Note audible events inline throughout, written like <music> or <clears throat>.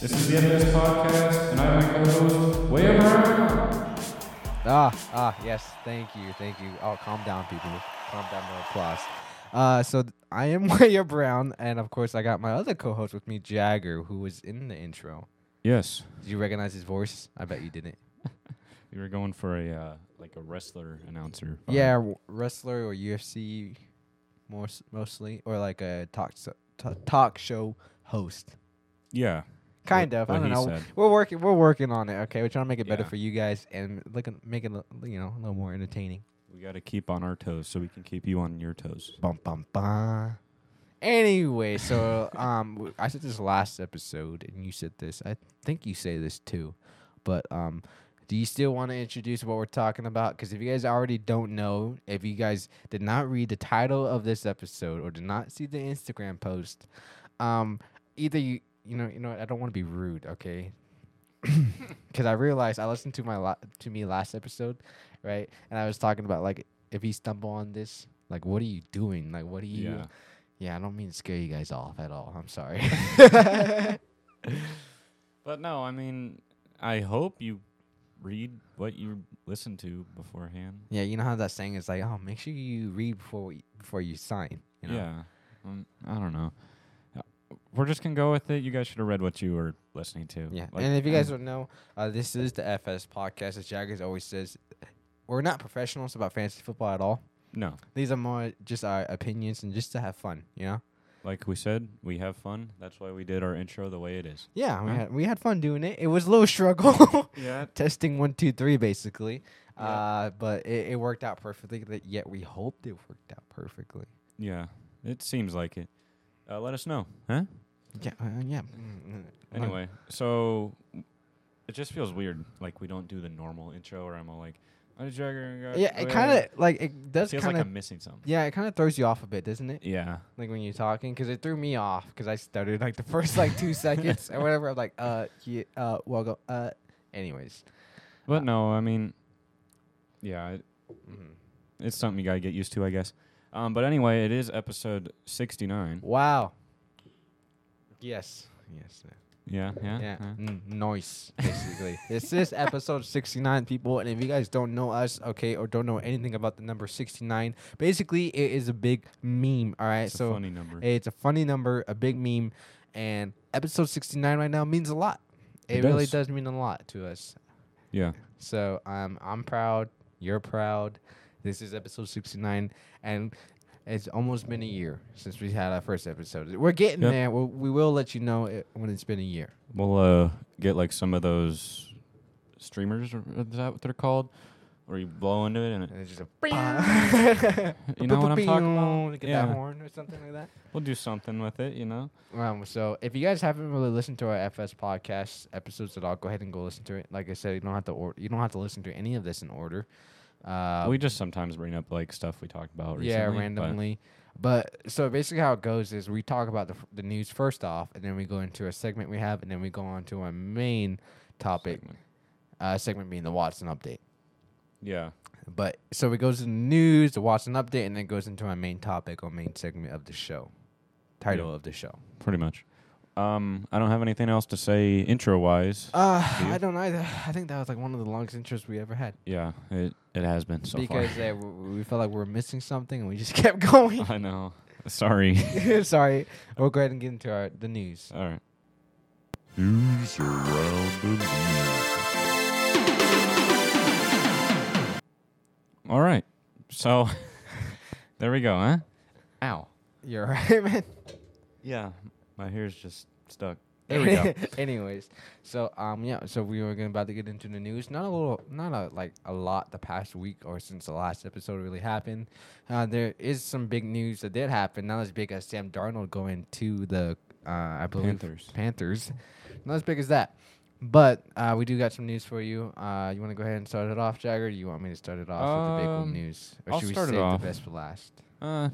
This is the MS Podcast, and I'm your co-host, William Brown. Ah, ah, yes. Thank you, thank you. Oh, calm down, people. Calm down the applause. Uh, so th- I am <laughs> Waya Brown, and of course I got my other co-host with me, Jagger, who was in the intro. Yes, Did you recognize his voice? I bet you didn't. we were going for a uh, like a wrestler announcer. Uh, vibe. Yeah, w- wrestler or UFC, more s- mostly, or like a talk so, t- talk show host, yeah. kind of. I what don't he know. said. We're working. We're working on it. Okay, we're trying to make it better Yeah. for you guys and looking make it look, you know a little more entertaining. We got to keep on our toes so we can keep you on your toes. Bum bum bum. Anyway, so um, w- I said this last episode, and you said this. I think you say this too, but um, do you still want to introduce what we're talking about? Because if you guys already don't know, if you guys did not read the title of this episode or did not see the Instagram post, um, either you you know you know what, I don't want to be rude, okay? <coughs> Because I realized I listened to my la- to me last episode, right? And I was talking about like if you stumble on this, like what are you doing? Like what are you? Yeah. Yeah, I don't mean to scare you guys off at all. I'm sorry. But no, I mean, I hope you read what you listen to beforehand. yeah, you know how that saying is like, oh, make sure you read before we, before you sign. You know? Yeah. Um, I don't know. Uh, We're just gonna go with it. You guys should have read what you were listening to. Yeah. Like, and if you guys don't know, uh, this is the FS podcast. As Jaggers always says, we're not professionals about fantasy football at all. no, These are more just our opinions and just to have fun. You know. like we said, we have fun. That's why we did our intro the way it is. Yeah, we Huh? had we had fun doing it. It was a little struggle. <laughs> Yeah. testing one, two, three, basically. Yeah. Uh, but it, it worked out perfectly. That yet we hoped it worked out perfectly. Yeah. It seems like it. Uh, let us know, huh? Yeah, uh, yeah. Mm, mm. Anyway, so it just feels weird. Like we don't do the normal intro, or I'm all like, "Oh, Jagger." uh, yeah, it uh," kind of like it does feels kind like of. I'm missing something. yeah, it kind of throws you off a bit, doesn't it? Yeah. Like when you're talking, because it threw me off because I stuttered like the first like <laughs> two seconds or whatever. I'm like, uh, yeah, uh, well, go, uh. Anyways, But no, I mean, yeah, it, Mm-hmm. Mhm. it's something you gotta get used to, I guess. Um, but anyway, it is episode 69. wow. Yes. Yes. yeah. Yeah, yeah, Yeah, huh? n- noise basically. <laughs> this is episode 69, people, and if you guys don't know us, okay, or don't know anything about the number 69, basically it is a big meme. All right, It's a so funny number. it's a funny number, a big meme, and episode 69 right now means a lot. It, It really does. does mean a lot to us. yeah, So um, I'm proud. You're proud. This is episode 69, and it's almost been a year since we had our first episode. We're getting Yep. there. we we will let you know it, when it's been a year. we'll uh, get like some of those streamers. Or is that what they're called? Where you blow into it and it, And it's just <laughs> a you know what I'm talking about? Get yeah, that horn or something like that. we'll do something with it. You know. Um, so if you guys haven't really listened to our FS podcast episodes at all, go ahead and go listen to it. Like I said, you don't have to or- you don't have to listen to any of this in order. Uh, we just sometimes bring up like stuff we talked about recently. yeah, but- randomly. But so basically, how it goes is we talk about the, f- the news first off, and then we go into a segment we have, and then we go on to our main topic Segment. uh, segment being the Watson update. Yeah. But so it goes to the news, the Watson update, and then goes into my main topic or main segment of the show, title of the show. Pretty much. Um, I don't have anything else to say intro wise. Uh, Do you? I don't either. <sighs> I think that was like one of the longest intros we ever had yeah, it it has been so because uh, w- we felt like we were missing something and we just <laughs> kept going. far. <laughs> I know. Sorry. <laughs> Sorry, we'll go ahead and get into our, the news. All right. News around the league. All right. So <laughs> there we go, huh? Ow. You're <laughs> right, man. Yeah. My hair's just <laughs> stuck. There we go. Anyways, so um yeah, so we were gonna about to get into the news. Not a little, not a like a lot the past week or since the last episode really happened. Uh, there is some big news that did happen. Not as big as Sam Darnold going to the uh, I believe Panthers. Panthers. Not as big as that, but uh, we do got some news for you. Uh, you want to go ahead and start it off, Jagger? Or you want me to start it off with the big Um, one news, or I'll should we start it save off. the best for last? Uh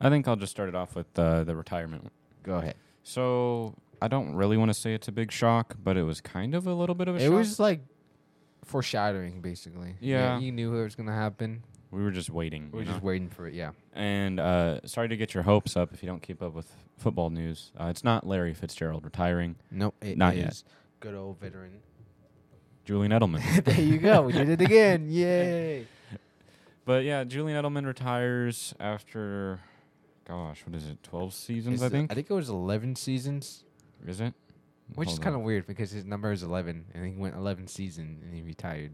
I think I'll just start it off with uh, the retirement Go ahead. So I don't really want to say it's a big shock, but it was kind of a little bit of a It shock. was like foreshadowing, basically. Yeah. you knew it was gonna happen. We were just waiting. We're you just know? waiting for it. Yeah. And uh, sorry to get your hopes up if you don't keep up with football news. Uh, it's not Larry Fitzgerald retiring. Nope. It Not yet. is Good old veteran. Julian Edelman. <laughs> there you go. We did it again. <laughs> Yay. <laughs> But yeah, Julian Edelman retires after, gosh, what is it? Twelve seasons, Is I it- think. I think it was 11 seasons, is it? which is Hold kind on. of weird because his number is 11, and he went 11 season and he retired.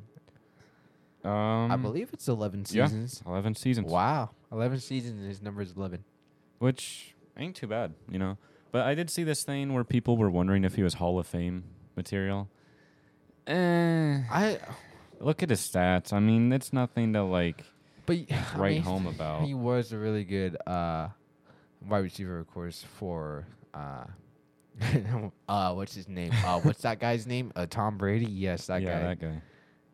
Um, I believe it's 11 yeah. seasons. eleven seasons. Wow, 11 seasons and his number is 11. Which ain't too bad, you know. But I did see this thing where people were wondering if he was Hall of Fame material. Eh, I, look at his stats. I mean, it's nothing to like but I write mean, home about. He was a really good uh, wide receiver, of course, for uh, <laughs> uh, what's his name? Uh, what's that guy's name? Uh, Tom Brady. Yes, that yeah, guy. that guy.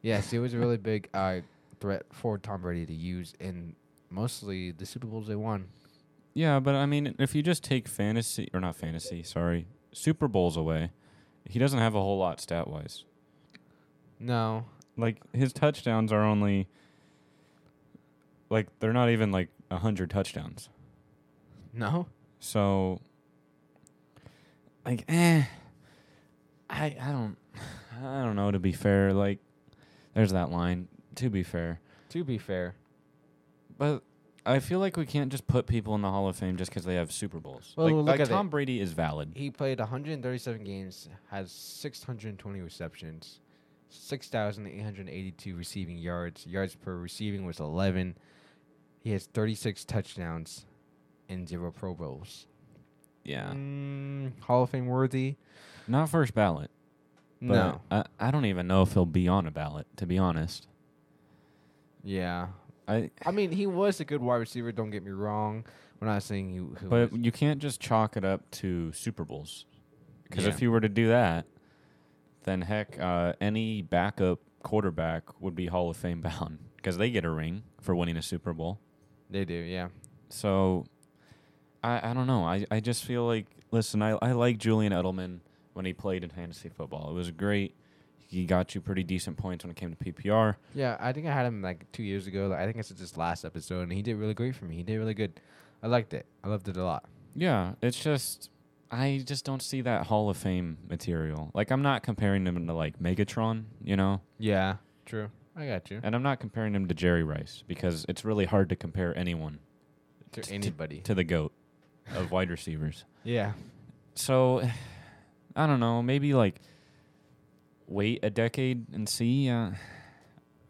Yes, it was a really big uh, threat for Tom Brady to use in mostly the Super Bowls they won. Yeah, but I mean, if you just take fantasy or not fantasy, sorry, Super Bowls away, he doesn't have a whole lot stat wise. No, Like his touchdowns are only like they're not even like a hundred touchdowns. no. So like eh I I don't I don't know to be fair, like there's that line, to be fair. To be fair, But I feel like we can't just put people in the Hall of Fame just because they have Super Bowls. Well, like look like at it. Tom Brady is valid. he played 137 games, has 620 receptions, 6,882 receiving yards. Yards per receiving was 11. He has 36 touchdowns and zero Pro Bowls. Yeah. Mm, Hall of Fame worthy? Not first ballot. But no. I, I don't even know if he'll be on a ballot, to be honest. Yeah. I I mean, he was a good wide receiver. Don't get me wrong. We're not saying he. he but was- you can't just chalk it up to Super Bowls. Because Yeah. if you were to do that, then heck, uh, any backup quarterback would be Hall of Fame <laughs> bound because they get a ring for winning a Super Bowl. they do, yeah. So I, I don't know. I, I just feel like, listen, I, I like Julian Edelman when he played in fantasy football. It was great. He got you pretty decent points when it came to PPR. Yeah, I think I had him like two years ago. I think it's just last episode, and he did really great for me. He did really good. I liked it. I loved it a lot. Yeah, it's just I just don't see that Hall of Fame material. Like I'm not comparing him to like Megatron, you know, Yeah, true. I got you. and I'm not comparing him to Jerry Rice because it's really hard to compare anyone To t- anybody. to the goat of wide receivers. Yeah. So I don't know, maybe like wait a decade and see. Uh,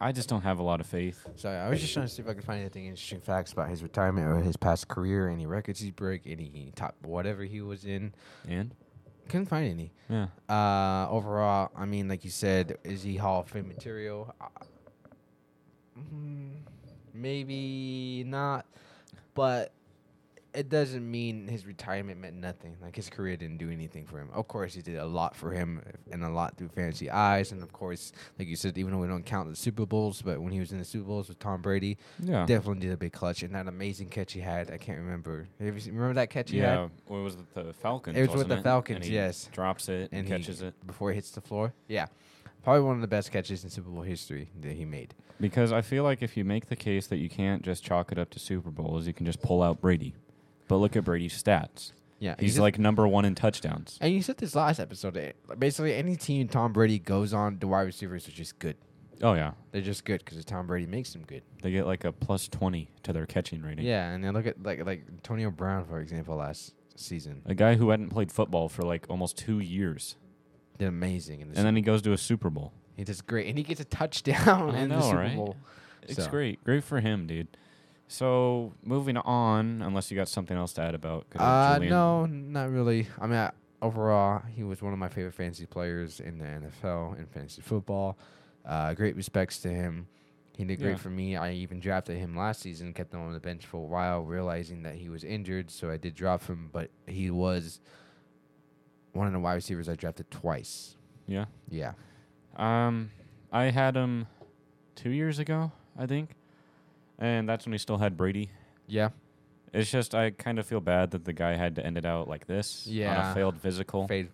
I just don't have a lot of faith. Sorry, I was just trying to see if I could find anything interesting facts about his retirement or his past career, any records he broke, any top whatever he was in. And Couldn't find any. yeah, Uh, overall, I mean, like you said, is he Hall of Fame material? Uh, mm, maybe not, but it doesn't mean his retirement meant nothing. Like his career didn't do anything for him. Of course, he did a lot for him and a lot through fantasy eyes, and of course, like you said, even though we don't count the Super Bowls, but when he was in the Super Bowls with Tom Brady, yeah, definitely did a big clutch and that amazing catch he had. I can't remember. Have you seen- remember that catch he yeah. had What was it, the Falcons? It was with wasn't the And Falcons, he yes. Drops it and, he- catches it. before it hits the floor? Yeah, probably one of the best catches in Super Bowl history that he made. Because I feel like if you make the case that you can't just chalk it up to Super Bowls, you can just pull out Brady. But look at Brady's stats. Yeah, He's said- like number one in touchdowns. and you said this last episode. eh, like, Basically, any team Tom Brady goes on, the wide receivers are just good. Oh yeah, They're just good because Tom Brady makes them good. they get like a plus twenty to their catching rating. Yeah, and then look at like like Antonio Brown for example last season A guy who hadn't played football for like almost two years, did amazing in the and then he goes to a Super Bowl. Super- he does great and he gets a touchdown I in the know, Super right? Bowl. It's So- great, great for him, dude. So moving on, unless you got something else to add about. 'cause of Uh, Julian. no, not really. I mean, I, overall, he was one of my favorite fantasy players in the NFL in fantasy football. Uh, great respects to him. He did great Yeah. for me. I even drafted him last season, kept him on the bench for a while, realizing that he was injured, so I did drop him. But he was one of the wide receivers I drafted twice. Yeah. Yeah, Um, I had him two years ago, I think, and that's when he still had Brady. yeah, It's just I kind of feel bad that the guy had to end it out like this on Yeah. a failed physical. <laughs> failed,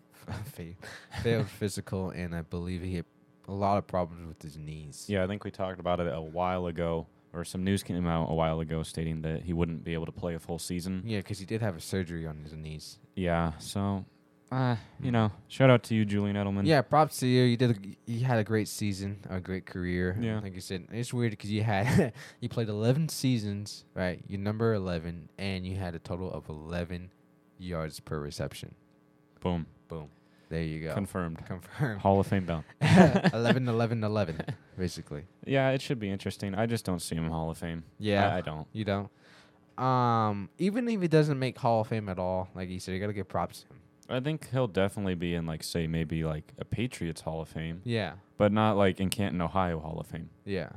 failed, failed physical, and I believe he had a lot of problems with his knees. yeah, I think we talked about it a while ago or some news came out a while ago stating that he wouldn't be able to play a full season. Yeah, because he did have a surgery on his knees. Yeah, so uh, you know, shout out to you, Julian Edelman. yeah, props to you. You did. A, you had a great season, a great career. Yeah. like you said, it's weird because you had <laughs> you played eleven seasons, right? You're number eleven, and you had a total of eleven yards per reception. boom, There you go. confirmed. <laughs> Confirm. <laughs> Hall of Fame bound. 11, 11, 11, basically. Yeah, it should be interesting. I just don't see him Hall of Fame. Yeah. I, I don't. You don't. Um, even if he doesn't make Hall of Fame at all, like you said, you gotta give props to him. I think he'll definitely be in like say maybe like a Patriots Hall of Fame, Yeah, but not like in Canton, Ohio Hall of Fame. yeah.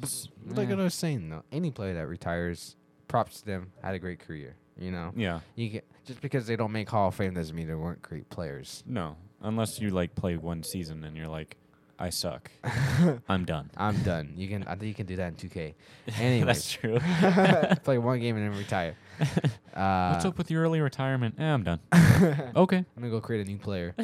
But- Like yeah. I was saying though, any player that retires, props to them. Had a great career. You know, Yeah. you get, just because they don't make Hall of Fame doesn't mean they weren't great <laughs> players. No, unless you like play one season and you're like, I suck. I'm done. I'm done. You can. I think you can do that in <laughs> 2K. Anyways. that's <laughs> true. <laughs> Play one game and then retire. Uh, What's up with your early retirement? Eh, I'm done. okay. <laughs> I'm gonna go create a <laughs> new player.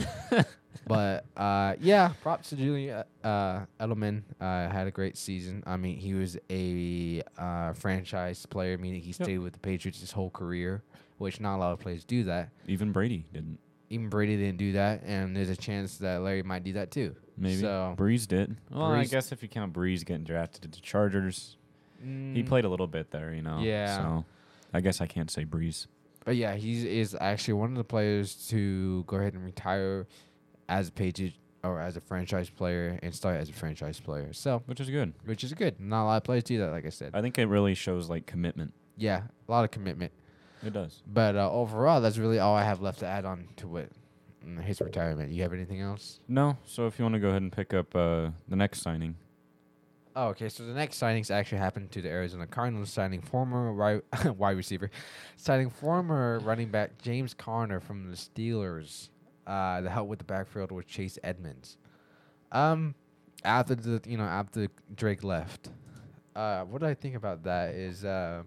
but uh, yeah, props to Julian uh, Edelman. Uh, had a great season. I mean, he was a uh, franchise player, meaning he stayed with the Patriots his whole career, which not a lot of players do that. Even Brady didn't. Even Brady didn't do that, and there's a chance that Larry might do that too. Maybe So Breeze did. Well, Breeze- I guess if you count Breeze getting drafted to the Chargers, he mm, played a little bit there, you know. Yeah. So I guess I can't say Breeze. But yeah, he is actually one of the players to go ahead and retire as a Patriot or as a franchise player and start as a franchise player. So. Which is good. Which is good. Not a lot of players do that, like I said. I think it really shows like commitment. yeah, a lot of commitment. It does. But uh, overall, that's really all I have left to add on to what mm, his retirement. You have anything else? No, so if you want to go ahead and pick up uh, the next signing, Oh, okay. So the next signings actually happened to the Arizona Cardinals, signing former wi- <laughs> wide receiver, signing former running back James Conner from the Steelers uh, to help with the backfield with Chase Edmonds. Um, after the you know after Drake left, uh, what I think about that is uh,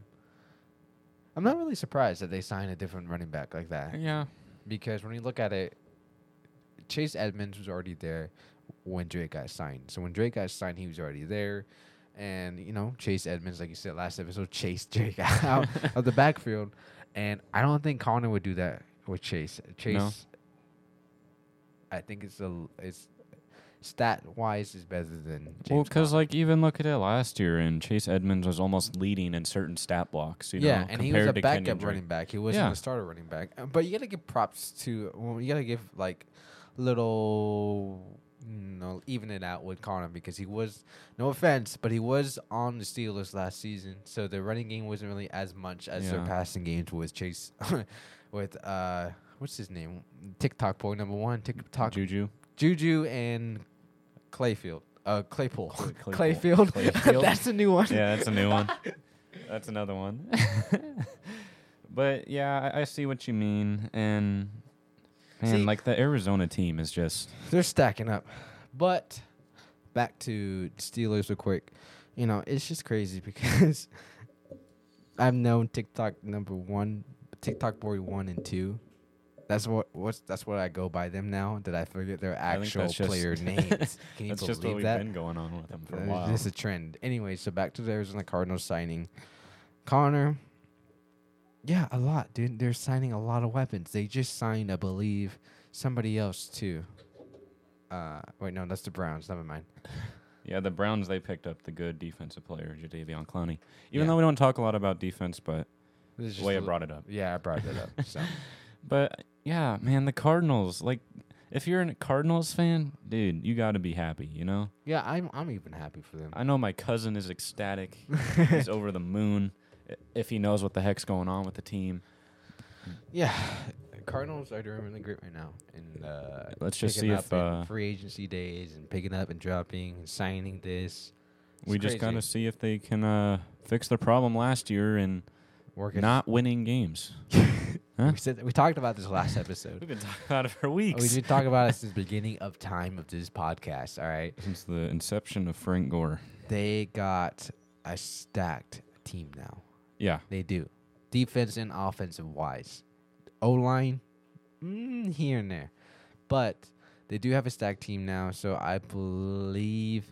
I'm not really surprised that they signed a different running back like that. yeah, because when you look at it, Chase Edmonds was already there when Drake got signed. So when Drake got signed, he was already there. And, you know, Chase Edmonds, like you said last episode, <laughs> chased Drake out of the backfield. And I don't think Connor would do that with Chase. Chase, I think it's a l- it's stat wise is better than James. well, because Conner. like even look at it last year, and Chase Edmonds was almost leading in certain stat blocks. You yeah, know, and he was a compared to Kenyon backup Drake. running back. He wasn't Yeah. a starter running back. Uh, But you gotta give props to. Well, you gotta give like little, you know, even it out with Connor because he was. No offense, but he was on the Steelers last season, so the running game wasn't really as much as their Yeah. passing games with Chase, <laughs> with uh, what's his name, TikTok boy number one, TikTok Juju. Juju and Clayfield, uh, Claypool, <laughs> Claypool. Clayfield. Clayfield. <laughs> That's a new one. yeah, that's a new <laughs> one. That's another one. but yeah, I, I see what you mean, and man, See- like the Arizona team is just They're stacking up. But back to the Steelers real quick. You know, it's just crazy <laughs> because I've known TikTok number one, TikTok boy one and two. That's what what's that's what I go by them now. Did I forget their I think actual that's just- <laughs> player names? Can you that's just what believe we've that? been going on with them for a Uh, while. This is a trend. Anyway, so back to the Arizona Cardinals signing. Connor. Yeah, a lot, dude. They're signing a lot of weapons. They just signed, I believe, somebody else too. Uh, wait, no, that's the Browns. Never mind. Yeah, the Browns they picked up the good defensive player Jadavion Clowney. Even Yeah. though we don't talk a lot about defense, but This is the just way I a- brought it up. Yeah, I brought that <laughs> up. So But yeah, man, the Cardinals. Like, if you're a Cardinals fan, dude, you got to be happy. You know, yeah, I'm I'm even happy for them. I know my cousin is <laughs> ecstatic. He's over the moon i- if he knows what the heck's going on with the team. Yeah, Cardinals are doing really great right now. And uh, Let's just picking see up if, in uh, free agency days and picking up and dropping and signing this. we It's just crazy. gotta see if they can uh, fix their problem last year and working not winning games. Huh? We said we talked about this last episode. <laughs> Oh, We've been talking about it for weeks we did talk about it since the beginning of time of this podcast. All right, <laughs> since the inception of Frank Gore. they got a stacked team now. Yeah, They do, defense and offensive wise. O line, mm, here and there, but they do have a stacked team now. So I believe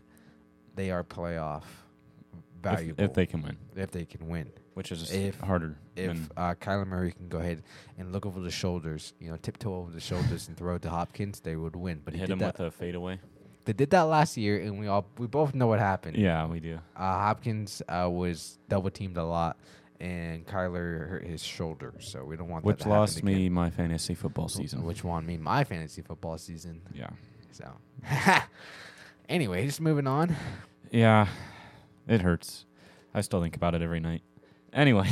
they are playoff if, valuable if they can win, if they can win. which is If- harder. If than- uh, Kyler Murray can go ahead and look over the shoulders, you know, tiptoe over the shoulders and throw it to Hopkins, they would win. But he hit did him that. with a fadeaway. they did that last year, and we all we both know what happened. Yeah, we do. Uh, Hopkins uh, was double teamed a lot, and Kyler hurt his shoulder, so we don't want that Which to happen lost again. me my fantasy football season. which won me my fantasy football season. yeah, So, <laughs> anyway, just moving on. <laughs> yeah, it hurts. I still think about it every night. Anyway,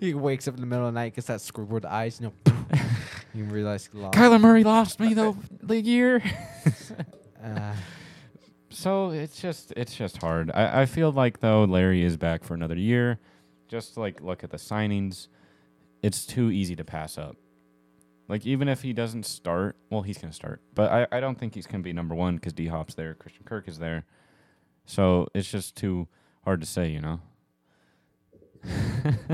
he wakes up in the middle of the night, gets that Squidward eyes, you know, <laughs> you realize he lost. Uh, Kyler Murray lost me the the year. Uh, <laughs> so it's just it's just hard. I, I feel like though Larry is back for another year. Just to, like look at the signings, it's too easy to pass up. Like even if he doesn't start, well he's gonna start, but I, I don't think he's gonna be number one because D Hop's there, Christian Kirk is there, so it's just too hard to say, you know. <laughs>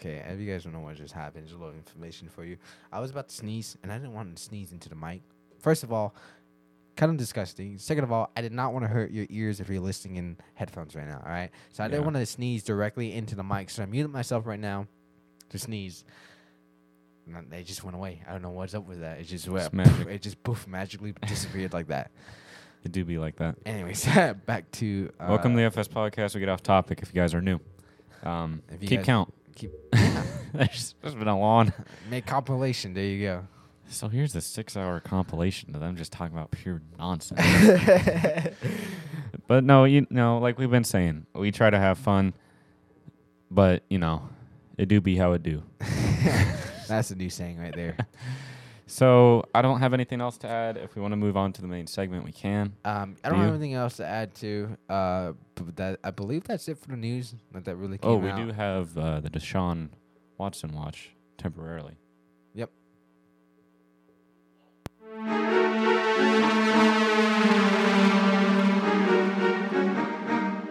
okay, if you guys don't know what just happened, there's a little information for you. I was about to sneeze, and I didn't want to sneeze into the mic. First of all, kind of disgusting. Second of all, I did not want to hurt your ears if you're listening in headphones right now. All right, so I didn't Yeah. want to sneeze directly into the mic, so I muted myself right now to sneeze. And then they just went away. I don't know what's up with that. It just went. magic. <laughs> It just <laughs> poof magically disappeared like that. It do be like that. Anyways, <laughs> back to uh, Welcome to the FS podcast. We get off topic if you guys are new. Um, If you keep guys- count. keep- <laughs> there's, there's been a long. make compilation. There you go. So here's the six-hour compilation of them just talking about pure nonsense. <laughs> <laughs> but no, you know, like we've been saying, we try to have fun, but you know, it do be how it do. <laughs> That's a new saying right <laughs> there. So I don't have anything else to add. If we want to move on to the main segment, we can. Um, I Do don't have you? anything else to add to. Uh, b- that I believe that's it for the news. That that really came oh, we out. do have uh, the Deshaun Watson watch temporarily. Yep.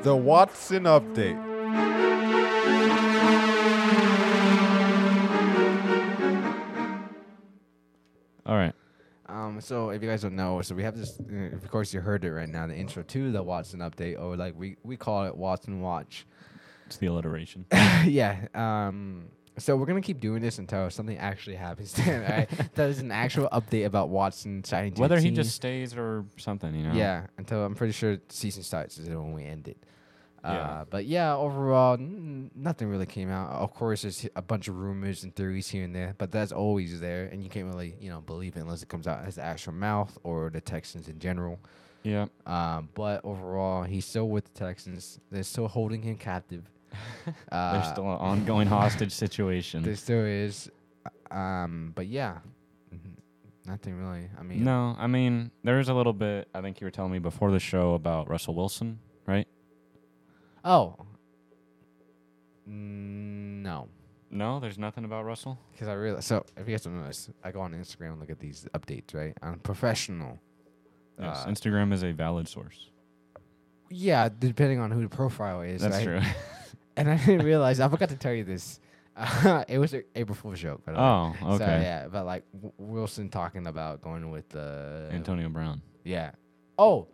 The Watson Update. All right. Um, so if you guys don't know, so we have this. uh, Of course, you heard it right now. The intro to the Watson update, or like we we call it Watson Watch. <laughs> It's the alliteration. yeah. Um. So we're gonna keep doing this until something actually happens. <laughs> to him, Alright. that is an actual update about Watson signing. to a Whether he team. just stays or something, you know. Yeah, until I'm pretty sure season starts is when we end it. Uh, Yeah. But yeah, overall, n- nothing really came out. Of course, there's a bunch of rumors and theories here and there, but that's always there, and you can't really, you know, believe it unless it comes out as the actual mouth or the Texans in general. Yeah. Um, but overall, he's still with the Texans. They're still holding him captive. <laughs> Uh, There's still an ongoing hostage <laughs> situation. there still is. Um, but yeah, mhm, nothing really. I mean, No, I mean there is a little bit. I think you were telling me before the show about Russell Wilson, right? Oh. Mm, No. No, there's nothing about Russell. Because I realize, so if you guys don't notice, I go on Instagram and look at these updates, right? I'm professional. Yes, Uh, Instagram is a valid source. Yeah, depending on who the profile is. That's true. right? <laughs> And I didn't realize, I forgot to tell you this. <laughs> it was an April Fool's joke. by the way. <laughs> <laughs> oh, okay. So, yeah, but like w- Wilson talking about going with the. Antonio Brown. Yeah. Oh,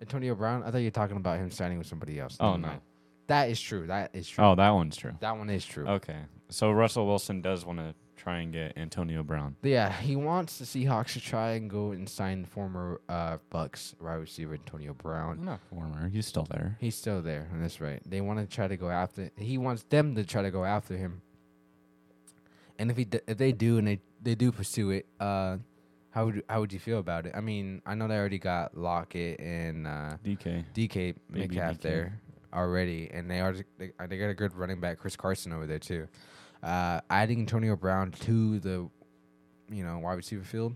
Antonio Brown? I thought you were talking about him signing with somebody else. Oh Never no. mind. That is true. That is true. Oh, that one's true. That one is true. Okay, so Russell Wilson does want to try and get Antonio Brown. Yeah, he wants the Seahawks to try and go and sign former uh, Bucks wide receiver Antonio Brown. Not former. He's still there. He's still there. and That's right. They want to try to go after. He wants them to try to go after him. And if he d- if they do and they, they do pursue it, uh, how would how would you feel about it? I mean, I know they already got Lockett and uh, DK. DK Baby Metcalf DK. there already, and they are they, uh, they got a good running back Chris Carson over there too. Uh, adding Antonio Brown to the you know wide receiver field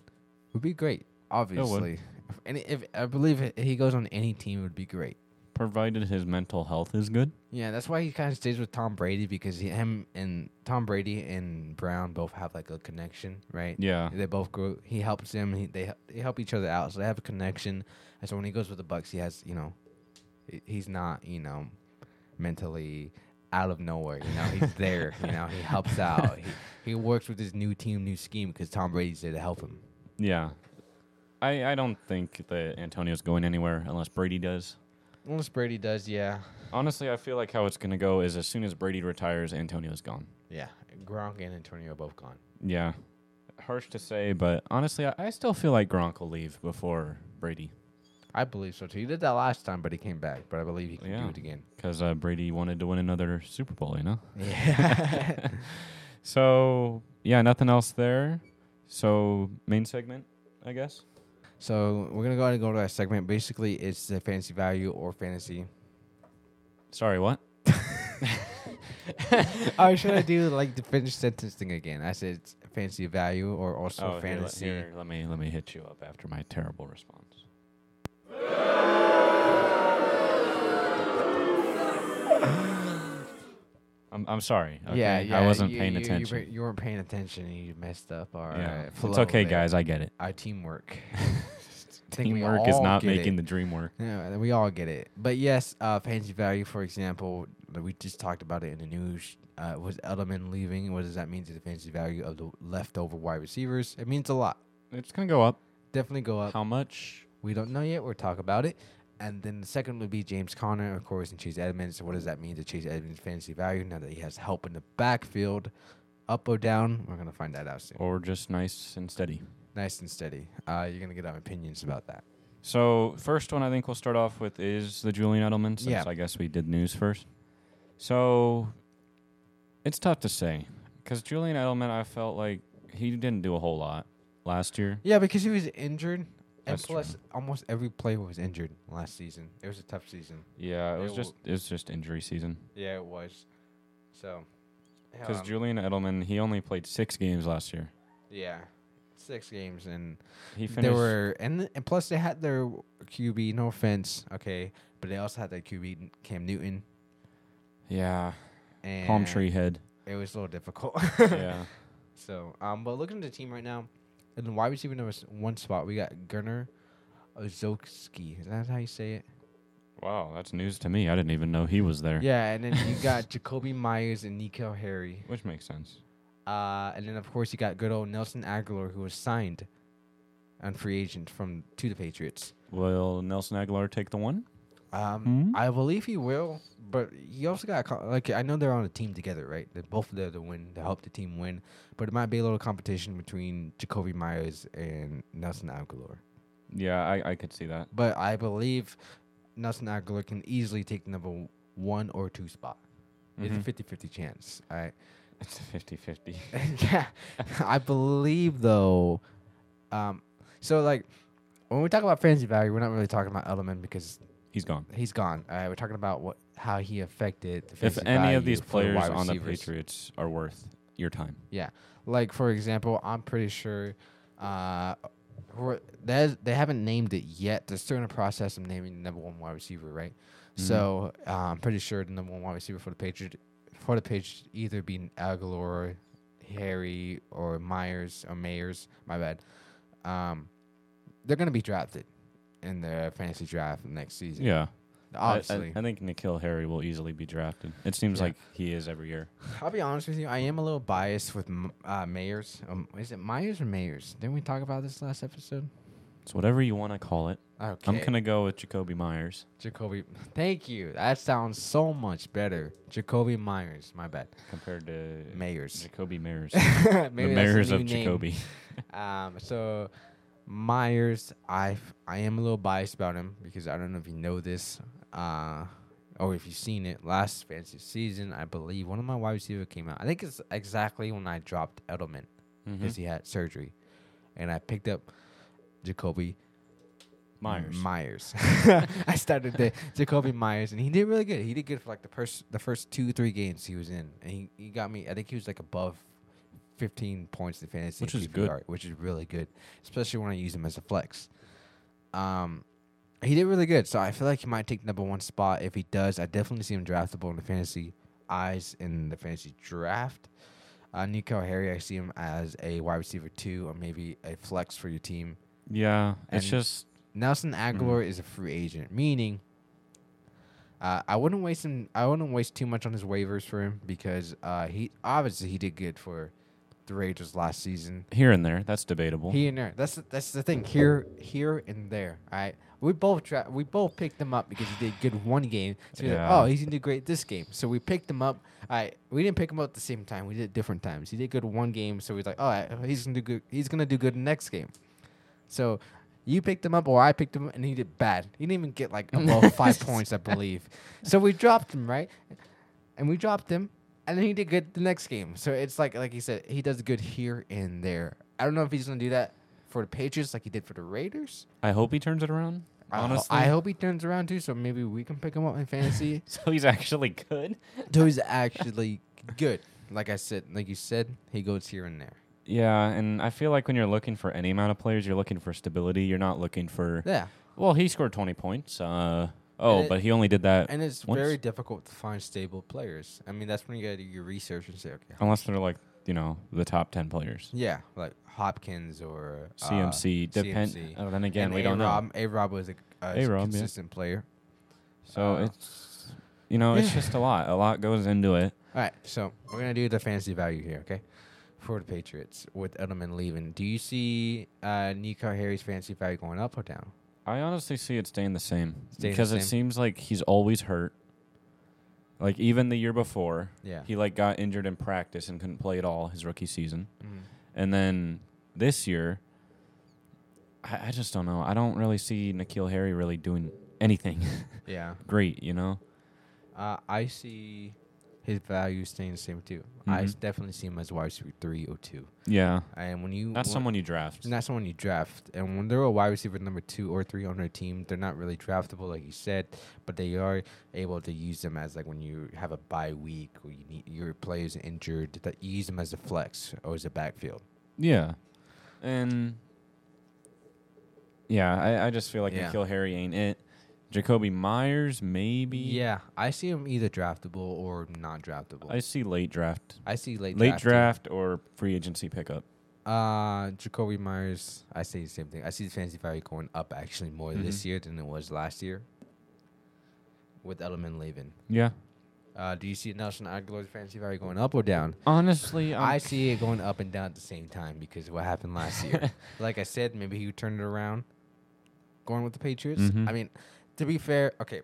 would be great. Obviously, if any if I believe if he goes on any team, it would be great. Provided his mental health is good. Yeah, that's why he kind of stays with Tom Brady because he, him and Tom Brady and Brown both have like a connection, right? Yeah. They both grow. He helps him. He, they hel- they help each other out, so they have a connection. And so when he goes with the Bucks, he has you know, he- he's not you know, mentally out of nowhere. You know, he's there. you know, he helps out. He, he works with his new team, new scheme because Tom Brady's there to help him. Yeah. I I don't think that Antonio's going anywhere unless Brady does. Unless Brady does, yeah. Honestly, I feel like how it's gonna go is as soon as Brady retires, Antonio's gone. Yeah. Gronk and Antonio both gone. Yeah, harsh to say, but honestly, I, I still feel like Gronk will leave before Brady I believe so too. He did that last time, but he came back. But I believe he can do Yeah. it again. because uh, Brady wanted to win another Super Bowl. You know. <laughs> Yeah. So yeah, nothing else there. So main segment, I guess. <laughs> so we're gonna go ahead and go to that segment. Basically, it's the fantasy value or fantasy. Sorry, what? <laughs> oh, should I do like the finished sentence thing again? I said it's fantasy value or also Oh, here, let- fantasy. Here, let me let me hit you up after my terrible response. <sighs> I'm I'm sorry. Okay? Yeah, yeah. I wasn't you- paying you- you attention. were- You, weren't paying attention. and You messed up. All right. yeah. flow it's okay, there. guys. I get it. <laughs> Our teamwork. <laughs> Think we Teamwork is all not get making it. the dream work. Yeah, we all get it. But yes, uh, fantasy value, for example, that we just talked about it in the news. Uh, was Edelman leaving? What does that mean to the fantasy value of the leftover wide receivers? It means a lot. It's gonna go up. Definitely go up. How much? We don't know yet. We'll talk about it. And then the second would be James Conner, of course, and Chase Edmonds. So what does that mean to Chase Edmonds' fantasy value now that he has help in the backfield? Up or down? We're gonna find that out soon. Or just nice and steady. Nice and steady. Uh, you're gonna get our opinions about that. So first one I think we'll start off with is the Julian Edelman since Yeah. I guess we did news first. So it's tough to say because Julian Edelman I felt like he didn't do a whole lot last year. Yeah, because he was injured, and That's plus true. almost every player was injured last season. It was a tough season. Yeah, it was It just it was just injury season Yeah, it was. So, because um, Julian Edelman he only played six games last year. yeah, six games, and He they finished. were, and th- and plus they had their QB. No offense, okay, but they also had their QB Cam Newton yeah, and palm tree head. It was a little difficult. <coughs> <laughs> yeah, So, um, but looking at the team right now, and the wide receiver number s- one spot, we got Gunnar Ozokski. Is that how you say it? wow, that's news to me. I didn't even know he was there. Yeah, and then <laughs> you got Jacoby Myers and Nico Harry. which makes sense. Uh, and then of course you got good old Nelson Aguilar who was signed on free agent from to the Patriots. Will Nelson Aguilar take the one? Um, Hmm? I believe he will, but he also got co- like I know they're on a team together, right? They're both there to win to help the team win, but it might be a little competition between Jacoby Myers and Nelson Aguilar. Yeah, I, I could see that. But I believe Nelson Aguilar can easily take the number one or two spot. Mhm. It's a 50-50 chance. All right. <laughs> It's a 50-50. <laughs> yeah, I believe though. Um, so like when we talk about fantasy value, we're not really talking about Edelman because He's gone. he's gone. All right, we're talking about what how he affected. The if fantasy any value of these for the players wide on the receivers. Patriots are worth your time. yeah. Like for example, I'm pretty sure. Uh, who are- there's- they haven't named it yet. They're still in the process of naming the number one wide receiver, right? Mm-hmm. So uh, I'm pretty sure the number one wide receiver for the Patriots for the Patriots either be Aguilar, Harry, or Myers or Mayers. My bad. Um, they're gonna be drafted in the fantasy draft next season. Yeah, I- Obviously, I, I, think Nikhil Harry will easily be drafted. It seems Yeah. like he is every year. I'll be honest with you. I am a little biased with M- uh, Mayers. Um, is it Myers or Mayers? Didn't we talk about this last episode? So whatever you want to call it, Okay. I'm gonna go with Jacoby Myers. Jacoby. Thank you. That sounds so much better. Jacoby Myers. My bad. compared to Mayers. Jacoby Myers. <laughs> Maybe <laughs> the that's Mayers new of name. Jacoby. Um, so Myers, I I am a little biased about him because I don't know if you know this, uh, or if you've seen it. Last fantasy season, I believe one of my wide receiver came out. I think it's exactly when I dropped Edelman Mm-hmm. because he had surgery, and I picked up Jacoby Myers. Myers. <laughs> I <laughs> started the Jacoby Myers, and he did really good. He did good for like the first the first two three games he was in, and he, he got me. I think he was like above fifteen points in fantasy, Which and is good. PPR, which is really good, especially when I use him as a flex. Um, he did really good, so I feel like he might take the number one spot. If he does, I definitely see him draftable in the fantasy eyes in the fantasy draft. Uh, Nico Harry, I see him as a wide receiver two, or maybe a flex for your team. Yeah, And- it's just Nelson Aguilar is a free agent, meaning uh, I wouldn't waste him. I wouldn't waste too much on his waivers for him because uh, he obviously he did good for the Raiders last season. Here and there, that's debatable. Here and there. That's the, that's the thing. Here, here and there. All right. We both tra- we both picked him up because he did good one game. So we're like, Yeah. oh, he's gonna do great this game. So we picked him up. All right. We didn't pick him up at the same time. We did it different times. He did good one game. So we was like, oh, he's gonna do good. He's gonna do good next game. So you picked him up or I picked him up and he did bad. He didn't even get like above five points, I believe. So we dropped him, right? And we dropped him. And then he did good the next game. So it's like like he said, he does good here and there. I don't know if he's gonna do that for the Patriots like he did for the Raiders. I hope he turns it around. I ho- Honestly, I, hope he turns around too, so maybe we can pick him up in <laughs> fantasy. <laughs> so. He's actually good. so he's actually good. Like I said, like you said, he goes here and there. Yeah, and I feel like when you're looking for any amount of players, you're looking for stability. You're not looking for Yeah. well, he scored 20 points. Uh, oh, And it- but he only did that And it's Once- very difficult to find stable players. I mean, that's when you gotta do your research and say, okay, unless they're like you know the top 10 players. Yeah, like Hopkins or uh, CMC depend. CMC. Oh, then again, And we don't know. A Rob was a, A-Rob, a yeah. consistent player. So Uh, it's you know it's yeah. just a lot. A lot goes into it. All right, so we're gonna do the fantasy value here, okay? For the Patriots with Edelman leaving, do you see uh, Nico Harry's fantasy value going up or down? I honestly see it staying the same Staying the because same. it seems like he's always hurt. Like even the year before, Yeah. he like got injured in practice and couldn't play at all his rookie season. And then this year, I, I just don't know. I don't really see Nikhil Harry really doing anything <laughs> Yeah, great, you know? uh, I see his value staying the same too. I s- Mhm. definitely see him as wide receiver three or two. Yeah. And when you Not when- someone you draft. not someone you draft. And when they're a wide receiver number two or three on their team, they're not really draftable, like you said, but they are able to use them as like when you have a bye week or you need your players injured, that you use them as a flex or as a backfield. Yeah. And yeah, I, I just feel like Yeah. Nikhil Harry ain't it. Jacoby Myers, maybe. Yeah, I see them either draftable or not draftable. I I, see late draft. see late Late draft or free agency pickup. Uh, Jacoby Myers. I say the same thing. I see the fantasy value going up actually more Mm-hmm. this year than it was last year. With Edelman leaving, Yeah. uh, do you see Nelson Aguilar's fantasy value going up or down? Honestly, I i see it going up and down at the same time because of what happened last <laughs> year. like I said, maybe he would turn it around going with the Patriots. Mhm. I mean, to be fair, okay,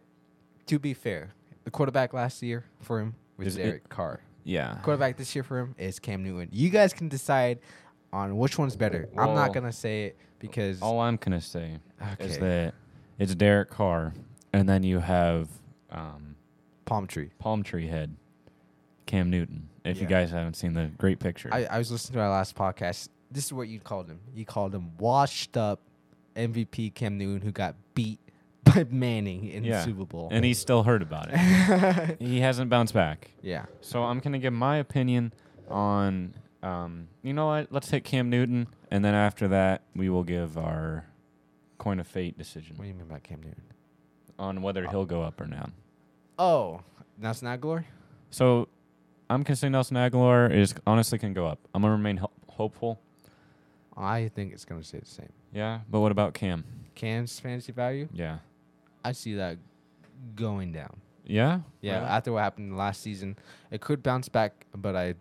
to be fair, the quarterback last year for him was Is it- Derek Carr. yeah. Quarterback this year for him is Cam Newton. You guys can decide on which one's better. I'm not Well- going to say it because. All I'm gonna say is Okay. that it's Derek Carr, and then you have um, palm tree. Palm Tree Head, Cam Newton. If you Yeah. guys haven't seen the great picture, I, I was listening to our last podcast. This is what you called him. You called him washed up MVP Cam Newton who got beat <laughs> by Manning in Yeah. the Super Bowl. and <laughs> he's still hurt about it. he hasn't bounced back. <laughs> yeah. So I'm gonna give my opinion on. Um, you know what? Let's hit Cam Newton, and then after that, we will give our coin of fate What decision do you mean by Cam Newton? on whether he'll go up or down. Oh, Nelson Aguilar? So I'm gonna say Nelson Aguilar is honestly can go up. I'm gonna remain ho- hopeful. I think it's going to stay the same. Yeah, but what about Cam? Cam's fantasy value? Yeah. I see that going down. Yeah. Yeah, Really? after what happened last season, it could bounce back, but I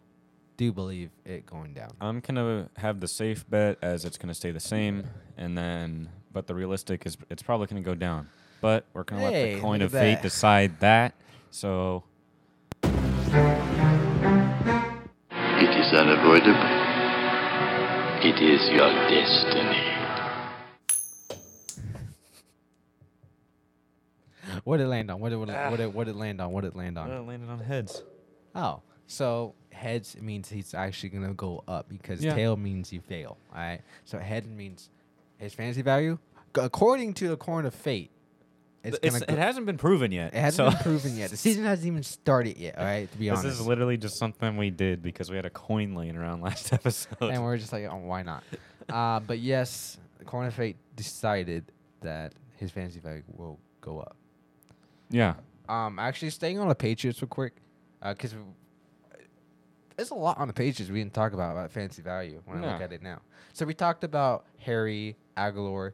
do believe it going down. I'm gonna have the safe bet as it's gonna stay the same, and then but the realistic is it's probably gonna go down. But we're gonna let Hey, the coin look of at fate that. decide that. So It is unavoidable. It is your destiny. What it land on? What it what it what it land on? What it land on? landed on heads. Oh, so heads means he's actually gonna go up because Yeah. tail means you fail. All right. So head means his fantasy value, g- according to the corn of fate, it's, gonna. it go- hasn't been proven yet. it hasn't so been <laughs> proven yet. The season hasn't even started yet. All right. To be This honest. is literally just something we did because we had a coin laying around last <laughs> episode. and we're just like, oh, why not? uh, but yes, the corn of fate decided that his fantasy value will go up. yeah. Um, actually, staying on the Patriots real quick, because there's a lot on the Patriots we didn't talk about about fancy value when I look No. at it now. So we talked about Harry Aguilar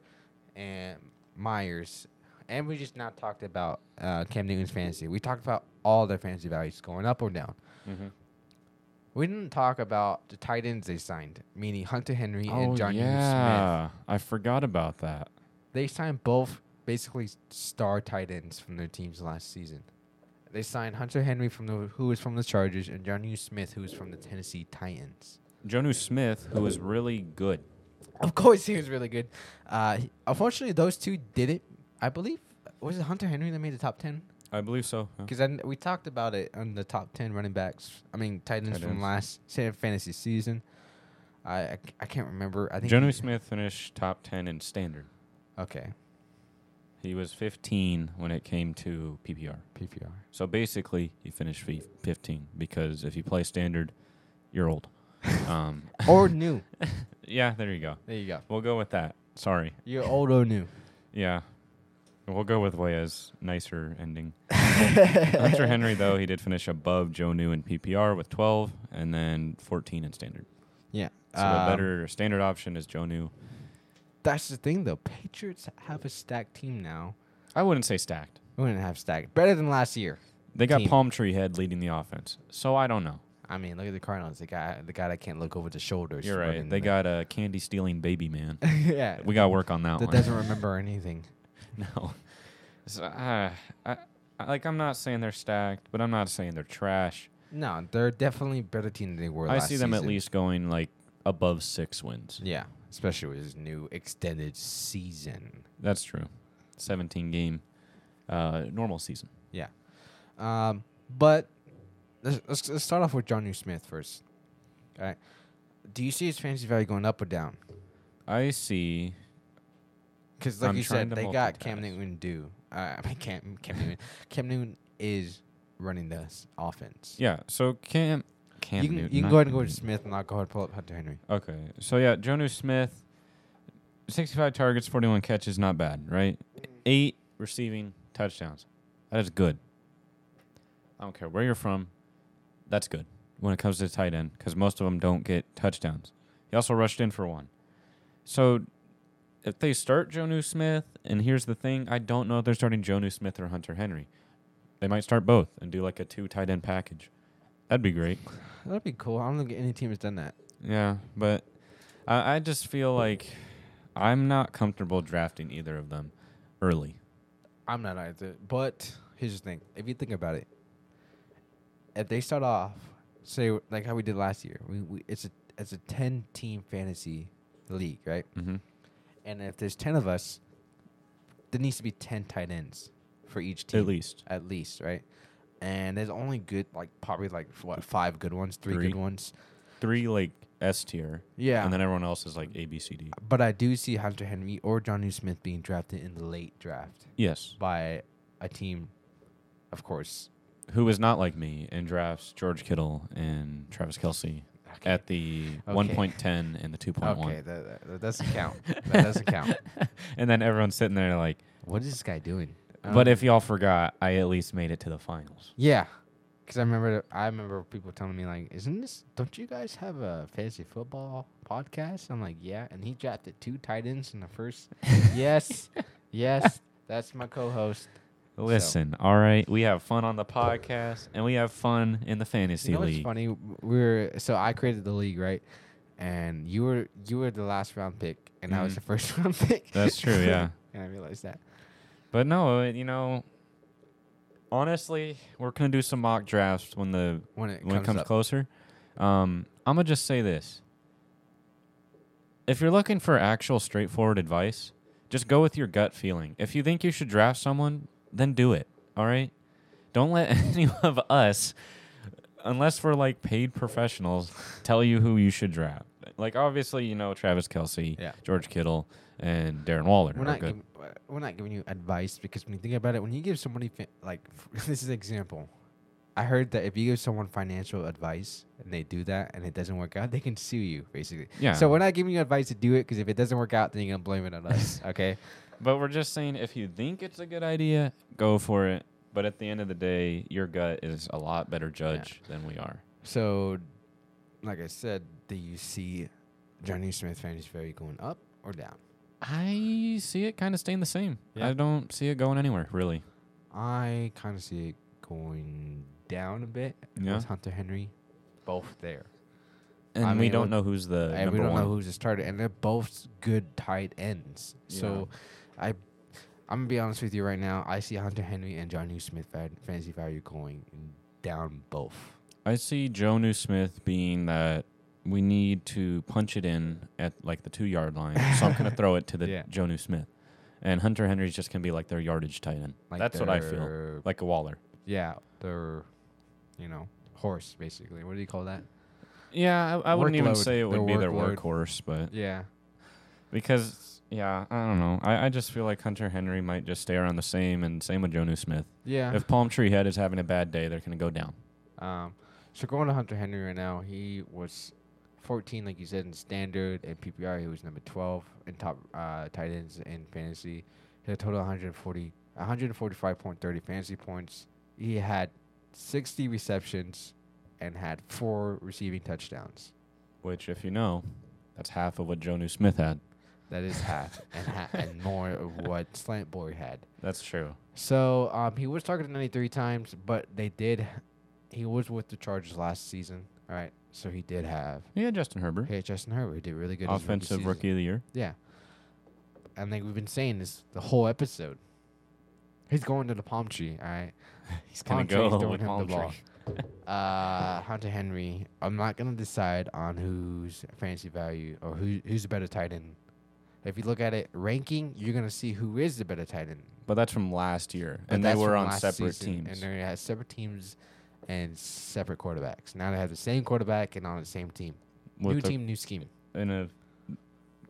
and Myers, and we just now talked about uh, Cam Newton's fantasy. We talked about all their fantasy values going up or down. We didn't talk about the tight ends they signed, meaning Hunter Henry and Johnny Oh, Smith. yeah, I forgot about that. They signed both basically star tight ends from their teams last season. They signed Hunter Henry from the who was from the Chargers and Johnny Smith who was from the Tennessee Titans. Jonu Smith, who was really good. Of course, he was really good. Uh, he- unfortunately, those two didn't. I believe was it Hunter Henry that made the top ten? I believe so. yeah. Because we talked about it on the top ten running backs. I mean, tight ends Tight from ends. last sa- fantasy season. I, I c- I can't remember. I think he- Jonu Smith finished top 10 in standard. Okay, He was 15 when it came to PPR. PPR. So basically, he finished fif- 15 because if you play standard, you're <laughs> old. um, or new. yeah, there you go. There you go. We'll go with that. Sorry. You're old or new. Yeah. We'll go with Weya's nicer <laughs> ending. Hunter Henry, though, he did finish above Jonu in PPR with 12 and then 14 in standard. Yeah. So um, the better standard option is Jonu. That's the thing, though. Patriots have a stacked team now. I wouldn't say stacked. We didn't have stacked. Better than last year. They got Team. Palm Tree Head leading the offense. So I don't know. I mean, look at the Cardinals. The guy, the guy that can't look over the shoulders. You're right. running They the- got a candy stealing baby <laughs> man. <laughs> yeah. We got to work on that, that one. <laughs> doesn't remember anything. no. So, uh, I, I, like, I'm not saying they're stacked, but I'm not saying they're trash. No, they're definitely a better team than they were. I last see them at season. least going, like, above six wins. Yeah, especially with his new extended season. That's true. 17 game uh, normal season. Yeah. Um, but let's, let's, let's start off with John New Smith first. All right. Do you see his fantasy value going up or down? I see. Because like I'm you trying said, to they got multitask. Cam Newton. Do uh, <laughs> I mean Cam Cam Newton? Cam Newton is running the s- offense. Yeah. So Cam. Cam you can, Newton, you can not go ahead and Cam go to Newton. Smith, and I'll go ahead and pull up Hunter Henry. Okay. So yeah, Jonu Smith, sixty-five targets, forty-one catches, not bad, right? Eight receiving touchdowns. That is good. I don't care where you're from. That's good when it comes to tight end because most of them don't get touchdowns. He also rushed in for one. So if they start Jonu Smith, and here's the thing, I don't know if they're starting Jonu Smith or Hunter Henry. They might start both and do like a two tight end package. That'd be great. That'd be cool. I don't think any team has done that. Yeah, but I, I just feel like I'm not comfortable drafting either of them early. I'm not either. But here's the thing: if you think about it, if they start off, say like how we did last year, we, we it's a it's a ten team fantasy league, right? Mm-hmm. And if there's ten of us, there needs to be ten tight ends for each team At least. at least, right? And there's only good, like probably like what five good ones, three, Three. good ones. Three like S tier. Yeah. And then everyone else is like A B C D. but I do see Hunter Henry or Johnny Smith being drafted in the late draft Yes. by a team, of course. Who is not like me and drafts George Kittle and Travis Kelsey at the Okay. 1.10 and the 2.1. Okay, that, that, that doesn't count. <laughs> that doesn't count. And then everyone's sitting there like, What is this guy doing? but if y'all forgot, I at least made it to the finals. yeah, because I remember I remember people telling me like, isn't this? Don't you guys have a fantasy football podcast? I'm like, yeah. And he drafted two tight ends in the first. <laughs> yes, yes, that's my co-host. Listen, all right, we have fun on the podcast and we have fun in the fantasy You know what's league. funny? We were so I created the league, right? And you were you were the last round pick, and I was Mhm. the first <laughs> round pick. That's true, yeah. <laughs> and I realized that. But no, it- you know, honestly, we're gonna do some mock drafts when the When it when comes, it comes up. closer. Um, I'm gonna just say this: if you're looking for actual straightforward advice, just go with your gut feeling. If you think you should draft someone, then do it. All right, don't let <laughs> any of us, unless we're like paid professionals, tell you who you should draft. Like obviously, you know Travis Kelsey, Yeah. George Kittle, and Darren Waller. We're are not good. giving, uh, we're not giving you advice because when you think about it, when you give somebody fa- like <laughs> this is an example. I heard that if you give someone financial advice and they do that and it doesn't work out, they can sue you basically. Yeah. So we're not giving you advice to do it because if it doesn't work out, then you're gonna blame it <laughs> on us. okay. But we're just saying if you think it's a good idea, go for it. But at the end of the day, your gut is a lot better judge than we are. So, like I said, do you see Johnny Smith fantasy value going up or down? I see it kind of staying the same. Yeah. I don't see it going anywhere, really. I kind of see it going down a bit Yeah. with Hunter Henry. both there. And I we mean, don't what- know who's the and number we don't one. know who's the starter, and they're both good tight ends. So, I, I'm gonna be honest with you right now. I see Hunter Henry and John Smith fan- fantasy value going down both. I see Joe New Smith being that we need to punch it in at like the two yard line. so <laughs> I'm gonna throw it to the Yeah. Joe New Smith. And Hunter Henry's just gonna be like their yardage tight end. Like That's what I feel. they're- Like a Waller. yeah, they're, you know, horse basically. What do you call that? Yeah, I, I wouldn't even Workload. say it would be Their their workload. workhorse, but Yeah, because yeah, I don't know. I, I just feel like Hunter Henry might just stay around the same and same with Jonu Smith. yeah. If Palm Tree Head is having a bad day, they're gonna go down. Um, so going to Hunter Henry right now, he was 14, like you said, in standard and PPR. He was number 12 in top uh, tight ends in fantasy. He had a total of 140, 145.30 fantasy points. He had 60 receptions and had four receiving touchdowns. Which if you know, that's half of what Jonu Smith had. That is half and ha- and more of what Slant Boy had. That's true. So um, he was targeted 93 times, but they did. He was with the Chargers last season. All right, so he did have Yeah, Justin Herbert. Hey, Justin Herbert he did really good. his offensive season. rookie of the year. Yeah. I think we've been saying this the whole episode. He's going to the palm tree, all right? <laughs> He's Palm tree's throwing him the ball. <laughs> Uh, Hunter Henry. I'm not gonna decide on who's fantasy value or who who's the better tight end. If you look at it ranking, you're gonna see who is the better tight end. But that's from last year, But and they that's were from on last separate season, teams. and they had separate teams and separate quarterbacks. Now they have the same quarterback and on the same team. With new a- team, new scheme. and a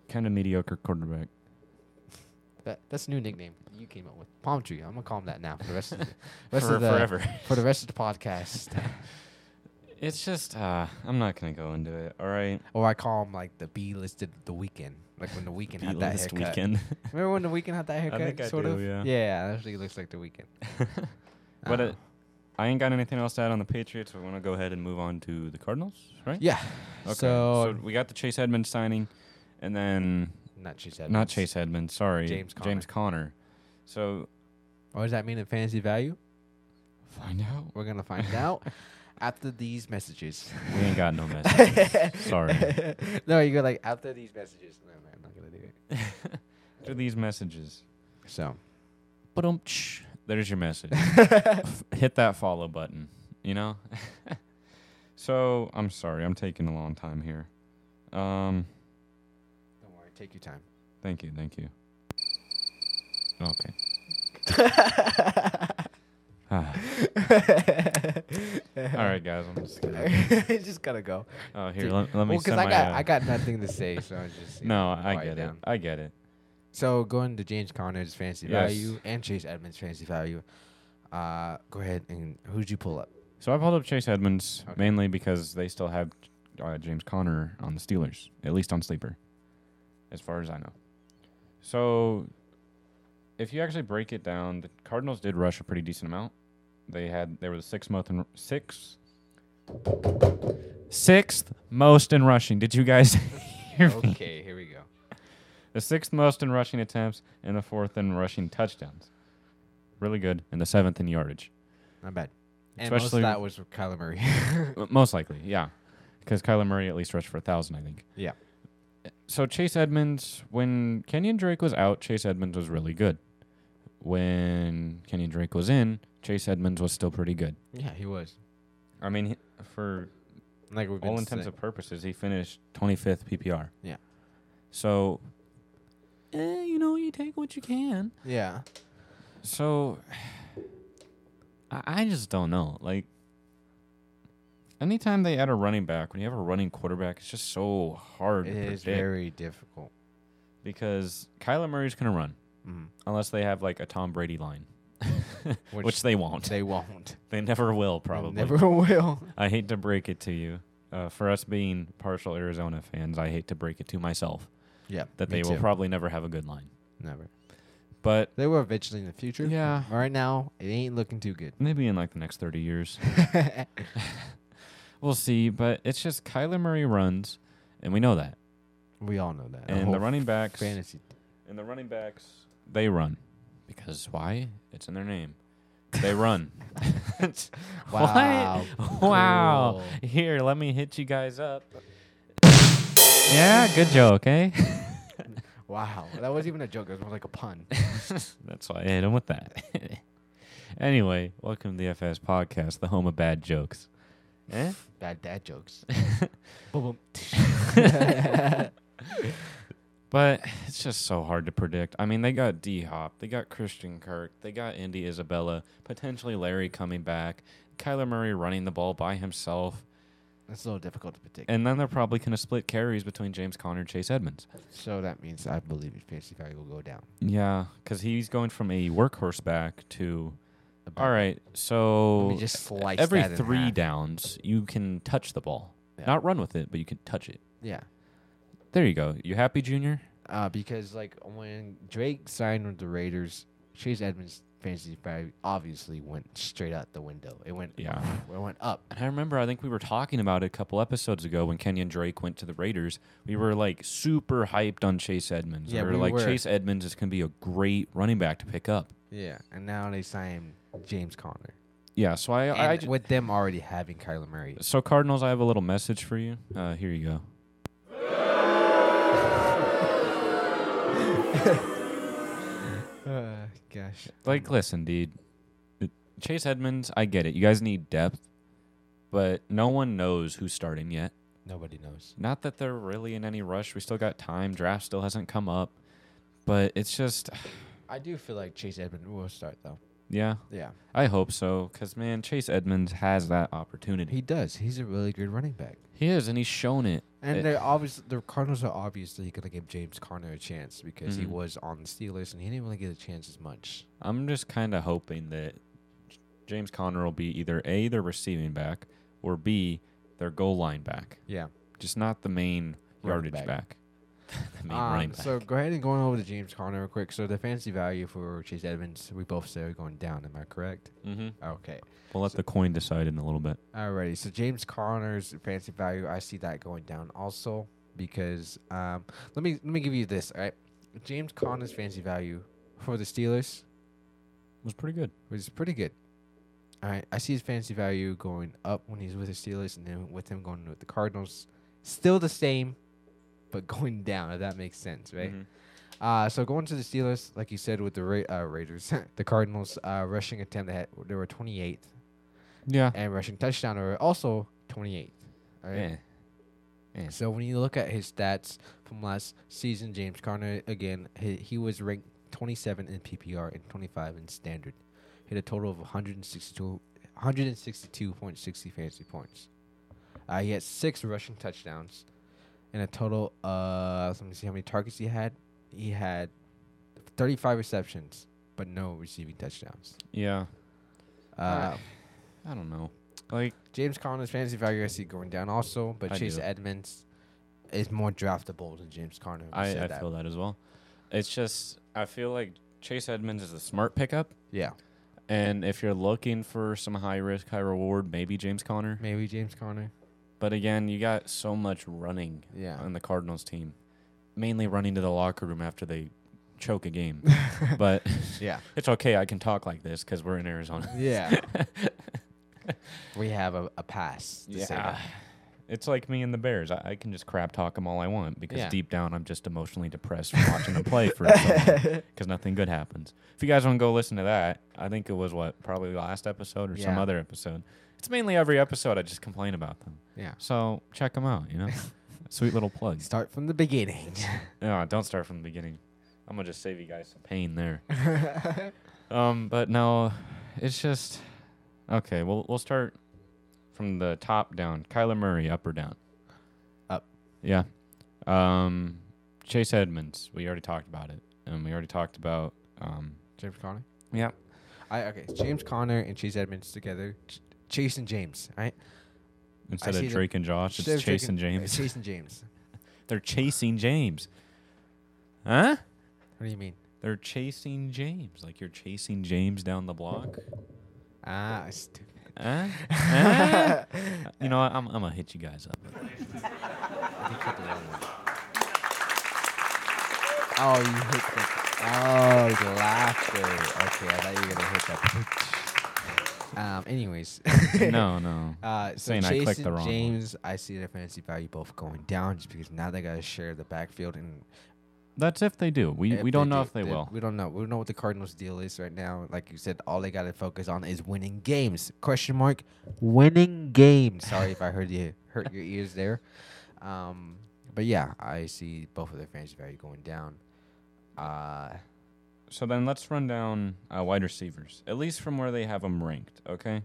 kind of mediocre quarterback. That, that's a new nickname you came up with. Palm tree. I'm gonna call him that now for <laughs> the rest of the rest For- of the, forever. <laughs> for the rest of the podcast. It's just uh, I'm not gonna go into it. All right, or I call him like the B listed the weekend, like when the weekend had that last haircut. weekend. Remember when the weekend had that haircut? think I sort do, of. yeah. Yeah, actually, looks like the weekend. <laughs> but Uh-huh. uh I ain't got anything else to add on the Patriots. We want to go ahead and move on to the Cardinals, right? yeah. Okay. So, we got the Chase Edmonds signing, and then not Chase Edmonds. not Chase Edmonds. Sorry, James Conner. James Conner. So What does that mean in fantasy value? find out. <laughs> We're gonna find out after these messages. We ain't got <laughs> no message. Sorry. no, you go like after these messages. No, man, I'm not gonna do it. After these messages. So. <laughs> Ba-dum-tsh. There's your message. <laughs> Hit that follow button, you know? <laughs> so, I'm sorry. I'm taking a long time here. Um, Don't worry. Take <laughs> your time. thank you. Thank you. Okay. <sighs> Ah, <laughs> all right, guys. I'm just gonna, just gotta go. oh, here, let, let me well, send I my, got uh, I got nothing to say, so I <laughs> just you No, know, I quiet get it. down. I get it. So going to James Conner's fancy Yes. value and Chase Edmonds' fancy value. Uh, go ahead and who'd <laughs> you pull up? So, I pulled up Chase Edmonds Okay. mainly because they still have uh, James Conner on the Steelers, at least on sleeper, as far as I know. So, if you actually break it down, the Cardinals did rush a pretty decent amount. They had they were the sixth most in sixth sixth most in rushing. Did you guys <laughs> hear me? Okay, here we go. The sixth most in rushing attempts and the fourth in rushing touchdowns. Really good, and the seventh in yardage. <laughs> Not bad. And most Especially- of that was with Kyler Murray. <laughs> Uh, Most likely, yeah. Because Kyler Murray at least rushed for a thousand, I think. Yeah. So Chase Edmonds, when Kenyon Drake was out, Chase Edmonds was really good. When Kenyon Drake was in, Chase Edmonds was still pretty good. yeah, he was. I mean, he- for Like we've been all intents saying. and purposes, he finished 25th PPR. Yeah. So, eh, you know, you take what you can. yeah. So, <sighs> I, I just don't know. Like, anytime they add a running back, when you have a running quarterback, it's just so hard It to predict is very difficult. because Kyler Murray's gonna run Mm. unless they have like a Tom Brady line, <laughs> which, Which, they won't. <laughs> they won't. They never will, They probably. never <laughs> will. I hate to break it to you. Uh, for us being partial Arizona fans, I hate to break it to myself Yeah, that me they will too. probably never have a good line. never. But They will eventually in the future. Yeah. Right now, it ain't looking too good. maybe in like the next 30 years. we'll see. But it's just Kyler Murray runs, and we know that. <laughs> we all know that. And whole the running backs, fantasy. and the running backs, they run because why? It's in their name. They run. What? <laughs> Wow, Wow. <laughs> cool. Here, let me hit you guys up. yeah, good joke, eh? Wow, that wasn't even a joke. That was more like <laughs> a pun. That's why I hit him with that. <laughs> anyway, welcome to the FS Podcast, the home of bad jokes. Eh? Bad <laughs> dad jokes. But it's just so hard to predict. I mean, they got D Hop, they got Christian Kirk, they got Indy Isabella, potentially Larry coming back, Kyler Murray running the ball by himself, That's a little difficult to predict. and then they're probably going to split carries between James Conner and Chase Edmonds. so that means I believe his fantasy value will go down. Yeah, because he's going from a workhorse back to. All right, so Let me just slice every that in three half. downs, you can touch the ball, Yeah. not run with it, but you can touch it. Yeah. There you go. You happy, Junior? Uh, because like when Drake signed with the Raiders, Chase Edmonds' fantasy value obviously went straight out the window. It went Yeah. <laughs> it went up. And I remember, I think we were talking about it a couple episodes ago when Kenyon Drake went to the Raiders. We were like super hyped on Chase Edmonds. Yeah, we were we like, were. Chase Edmonds is going to be a great running back to pick up. Yeah, and now they signed James Conner. Yeah, so I, I, I And ju- with them already having Kyler Murray. so Cardinals, I have a little message for you. Uh, here you go. Uh, gosh. Like, listen, dude. It- Chase Edmonds, I get it. You guys need depth, but no one knows who's starting yet. Nobody knows. Not that they're really in any rush. We still got time. Draft still hasn't come up. But it's just, I do feel like Chase Edmonds will start though. yeah, Yeah. I hope so. Because, man, Chase Edmonds has that opportunity. He does. He's a really good running back. He is, and he's shown it. And It- they're obviously the Cardinals are obviously going to give James Conner a chance because he Mhm. was on the Steelers and he didn't really get a chance as much. I'm just kind of hoping that J- James Conner will be either A, their receiving back, or B, their goal line back. Yeah. Just not the main Running yardage back. <laughs> the main Um, running back. So go ahead and going over to James Conner real quick. So the fantasy value for Chase Edmonds, we both said are going down. Am I correct? mm-hmm. Okay. We'll let the coin decide in a little bit. Alrighty. So James Conner's fantasy value, I see that going down also because um, let me let me give you this. All right. James Conner's fantasy value for the Steelers It was pretty good. which is pretty good. All right, I see his fantasy value going up when he's with the Steelers, and then with him going with the Cardinals, still the same, but <laughs> going down. If that makes sense, right? Mhm. Uh, so going to the Steelers, like you said, with the Ra- uh, Raiders, <laughs> the Cardinals uh, rushing attempt they had, they were 28th, Yeah. and rushing touchdown they were also 28th. All right. Eh. So when you look at his stats from last season, James Conner again, he, he was ranked 27 in PPR and 25 in standard. Hit a total of 162 162.60 fantasy points. Uh, he had six rushing touchdowns and a total of let me see how many targets he had. He had 35 receptions, but no receiving touchdowns. Yeah. Uh, Alright. I don't know. Like, James Conner's fantasy value I see going down also, but I Chase do. Edmonds is more draftable than James Conner. We I, said I that. feel that as well. It's just, I feel like Chase Edmonds is a smart pickup. Yeah, And if you're looking for some high risk, high reward, maybe James Conner. maybe James Conner. But again, you got so much running Yeah. on the Cardinals team, mainly running to the locker room after they choke a <laughs> game. but <laughs> Yeah. it's okay. I can talk like this because we're in Arizona. Yeah. <laughs> we have a, a pass. To Say Yeah. that. It's like me and the Bears. I, I can just crap talk them all I want because Yeah. deep down I'm just emotionally depressed from watching them play for <laughs> because nothing good happens. If you guys want to go listen to that, I think it was what probably last episode or some Yeah. other episode. It's mainly every episode I just complain about them. Yeah. So check them out. You <laughs> know, sweet little plugs. Start from the beginning. <laughs> No, don't start from the beginning. I'm gonna just save you guys some pain <laughs> there. um, but no, it's just okay. We'll we'll start from the top down. Kyler Murray, up or down? Up. Yeah. Um, Chase Edmonds. We already talked about it, and we already talked about um. James Conner. Yeah. I okay. James Conner and Chase Edmonds together. Ch- Chase and James. Right. Instead I see of the- Drake and Josh, Instead it's of taking- Chase and James. Chase and James. <laughs> They're chasing James. Huh? What do you mean? They're chasing James. Like you're chasing James down the block. Ah, stupid. Huh? Huh? you know what? I'm, I'm gonna hit you guys up. Oh, you hit the. <laughs> Oh, the laughter. Okay, I thought you were gonna hit that. Um, anyways. <laughs> no, no. <laughs> Uh, so Saying I Jason clicked the wrong one. James, I see their fantasy value both going down just because now they got to share the backfield and That's if they do. We if we don't know do- if they will. We don't know. We don't know what the Cardinals' deal is right now. Like you said, all they got to focus on is winning games. Question mark, winning games. Sorry if I heard you hurt your ears there. Um, but yeah, I see both of their fantasy value going down. Uh, So then let's run down uh, wide receivers, at least from where they have them ranked, okay?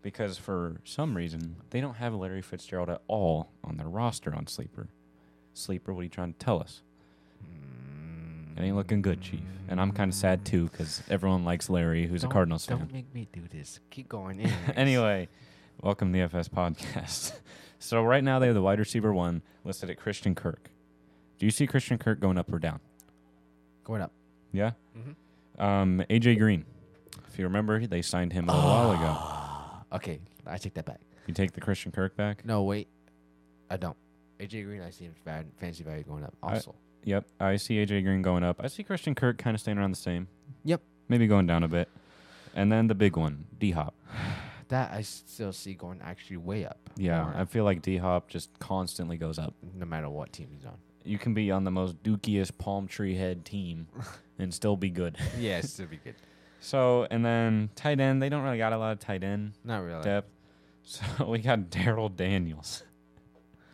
Because for some reason they don't have Larry Fitzgerald at all on their roster on sleeper. Sleeper, what are you trying to tell us? It ain't looking good, Chief. And I'm kind of sad too because everyone likes Larry, who's a don't- Cardinals <laughs> Don't fan. make me do this. Keep <laughs> going. anyways. anyway, welcome to the FS podcast. <laughs> so right now they have the wide receiver one listed at Christian Kirk. Do you see Christian Kirk going up or down? going up. Yeah. Mm-hmm. Um, AJ Green. If you remember, they signed him a little while Ah. ago. Okay, I take that back. You take the Christian Kirk back. No, wait. I don't. AJ Green, I see his va- fantasy value going up I- also. Yep. I see AJ Green going up. I see Christian Kirk kind of staying around the same. Yep. Maybe going down a bit. And then the big one, D Hop. that I still see going actually way up. Yeah, more, I feel like D Hop just constantly goes up. no matter what team <laughs> he's on. You can be on the most dookiest palm tree head <laughs> team and still be good. yeah, it's still be good. So, and then tight end, they don't really got a lot of tight end Not really. depth. <laughs> So we got Daryl Daniels.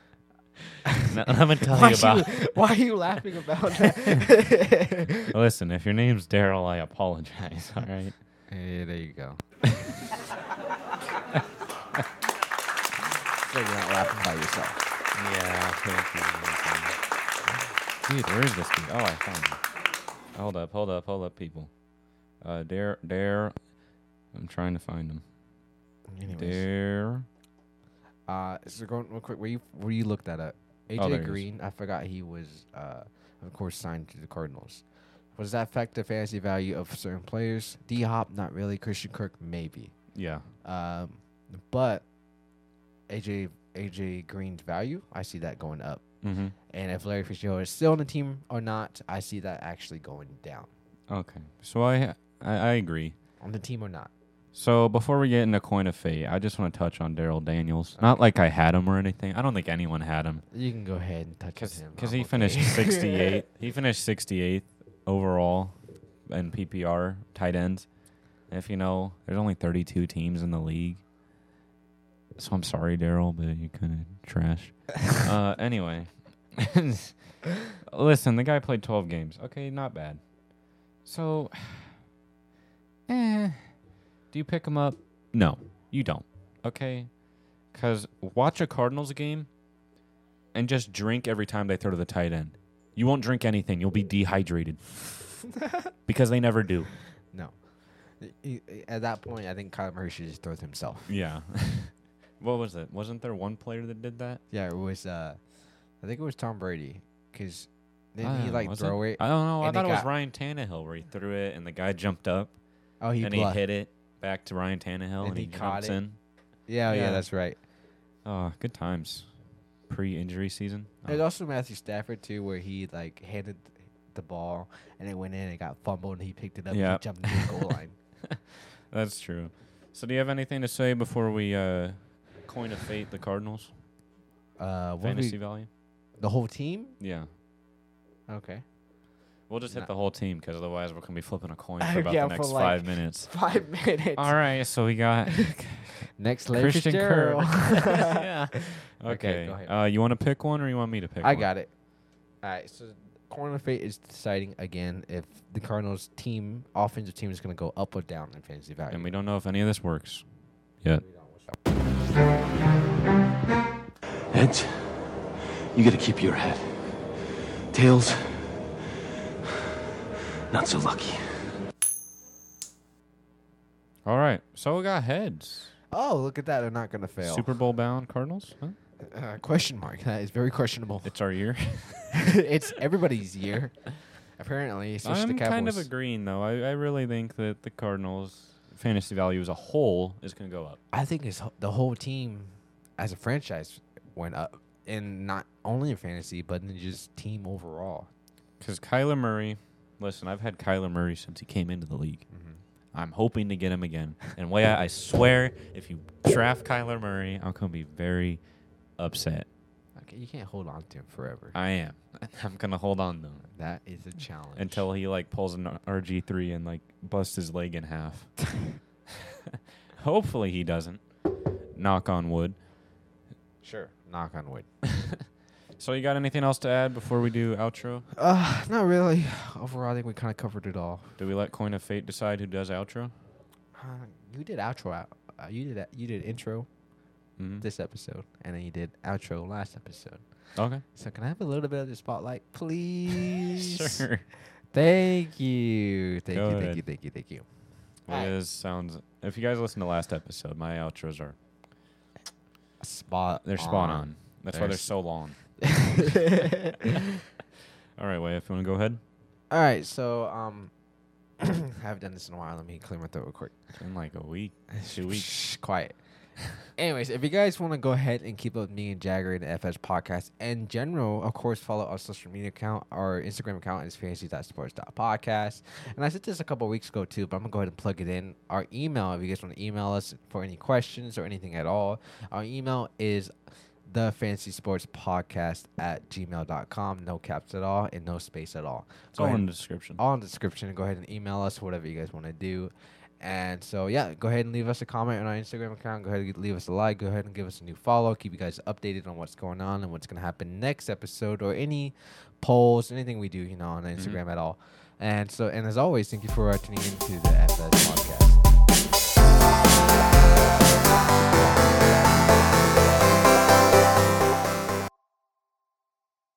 <laughs> now, let me tell Why, you <laughs> about. you, <laughs> why are you laughing <laughs> about that? <laughs> Listen, if your name's Daryl, I apologize. All right. hey, there <laughs> you go. so you're not laughing by yourself. Yeah. Thank you. Dude, where is this? Dude? Oh, I found him. Hold up, hold up, hold up, people. Uh, Dar, Dar. I'm trying to find him. Anyways, Dar. uh, so going real quick, where you where you looked that up? Oh, there he AJ is. Green, I forgot he was, uh, of course, signed to the Cardinals. Was that affect the fantasy value of certain players? D Hop, not really. Christian Kirk, maybe. Yeah. Um, but AJ AJ Green's value, I see that going up. Mm-hmm. And if Larry Fitzgerald is still on the team or not, I see that actually going down Okay. So I, I, I agree. on the team or not. So before we get into coin of fate, I just want to touch on Daryl Daniels. Not like I had him or anything. I don't think anyone had him You can go ahead and touch because him he I'm finished okay. <laughs> 68. he finished 68th overall in PPR tight ends. If you know, there's only 32 teams in the league. So I'm sorry, Daryl, but you kind of trash. uh, anyway, <laughs> listen, the guy played 12 games. Okay, not bad. So, <sighs> eh, do you pick him up? No, you don't. Okay, because watch a Cardinals game and just drink every time they throw to the tight end. You won't drink anything. You'll be <laughs> dehydrated because they never do. no. I- I- At that point, I think Kyle Murray should just throws himself. Yeah. <laughs> what was it? Wasn't there one player that did that? Yeah, it was. Uh, I think it was Tom Brady because didn't he like Ah, was throw it? I don't know. I and it thought it, Uh, was got- Ryan Tannehill where he threw it and the guy jumped up Oh, he, and bluffed. he hit it back to Ryan Tannehill and, And he, he caught jumps it. in. Yeah, yeah, Yeah. that's right. Oh, good times. Pre-injury season. There's Oh. also Matthew Stafford too, where he like handed the ball and it went in and got fumbled and he picked it up Yeah. and he jumped into the <laughs> goal line. Oh, That's true. So, do you have anything to say before we uh, coin a fate the Cardinals Uh, what fantasy we, value? the whole team? Yeah. Okay. We'll just hit Nah. the whole team because otherwise we're gonna be flipping a coin <laughs> Uh, for about yeah, the for next like- five <laughs> minutes. Five minutes. All right, so we <laughs> got Next, <laughs> Larry Christian Kirk. Fitzgerald. <laughs> <laughs> yeah. Okay, Okay. go ahead. uh, you want to pick one or you want me to pick? I one? got it. All right. So, Corner of Fate is deciding again if the Cardinals' team offensive team is going to go up or down in fantasy value. And we don't know if any of this works. Yet. Heads, you gotta keep your head. Tails, not so lucky. All right. So we got heads. oh, look at that! They're not going to fail. Super Bowl bound Cardinals. Huh? uh, question mark. That is very questionable. It's our year. <laughs> it's everybody's year, apparently. Especially the I'm Cowboys. kind of agreeing though. I, I really think that the Cardinals fantasy value as a whole is gonna go up. I think it's the whole team as a franchise went up, and not only in fantasy, but in just team overall. Because Kyler Murray, listen, I've had Kyler Murray since he came into the league. I'm hoping to get him again. And way I swear, if you draft Kyler Murray, I'm gonna be very upset. Okay, you can't hold on to him forever. I am. I'm gonna hold on to him that is a challenge. until he like pulls an RG three and like busts his leg in half. <laughs> Hopefully he doesn't. Knock on wood. sure, knock on wood. So you got anything else to add before we do outro? Uh, not really. Overall, I think we kind of covered it all. Do we let Coin of Fate decide who does outro? Uh, you did outro. out- Uh, you did. You did intro Mm-hmm. this episode, and then you did outro last episode. Okay. So can I have a little bit of <laughs> the spotlight, please? Sure. Thank you. Thank you. Good. Thank you. Thank you. Thank you. Well, this sounds. If you guys listen to last episode, my outros are Spot. they're spot on. That's why They're they're s- so long. All right, way. If you want to go ahead, <laughs> All right. So um, <clears throat> I haven't done this in a while. Let me clear my throat real quick. in like a week, two <laughs> weeks. Shh, quiet. <laughs> Anyways, if you guys want to go ahead and keep up with me and Jagger and the FS podcast in general, of course, follow our social media account. Our Instagram account is fantasy.sports.podcast. And I said this a couple weeks ago too, but I'm going to go ahead and plug it in. Our email, if you guys want to email us for any questions or anything at all, our email is the fantasy sports podcast at gmail.com. No caps at all and no space at all. It's Go all ahead in the description. all in the description. Go ahead and email us whatever you guys want to do. And so yeah, go ahead and leave us a comment on our Instagram account. Go ahead and leave us a like. Go ahead and give us a new follow. Keep you guys updated on what's going on and what's gonna happen next episode or any polls, anything we do, you know, on Instagram at all. And so and as always, thank you for uh, tuning into the FS podcast.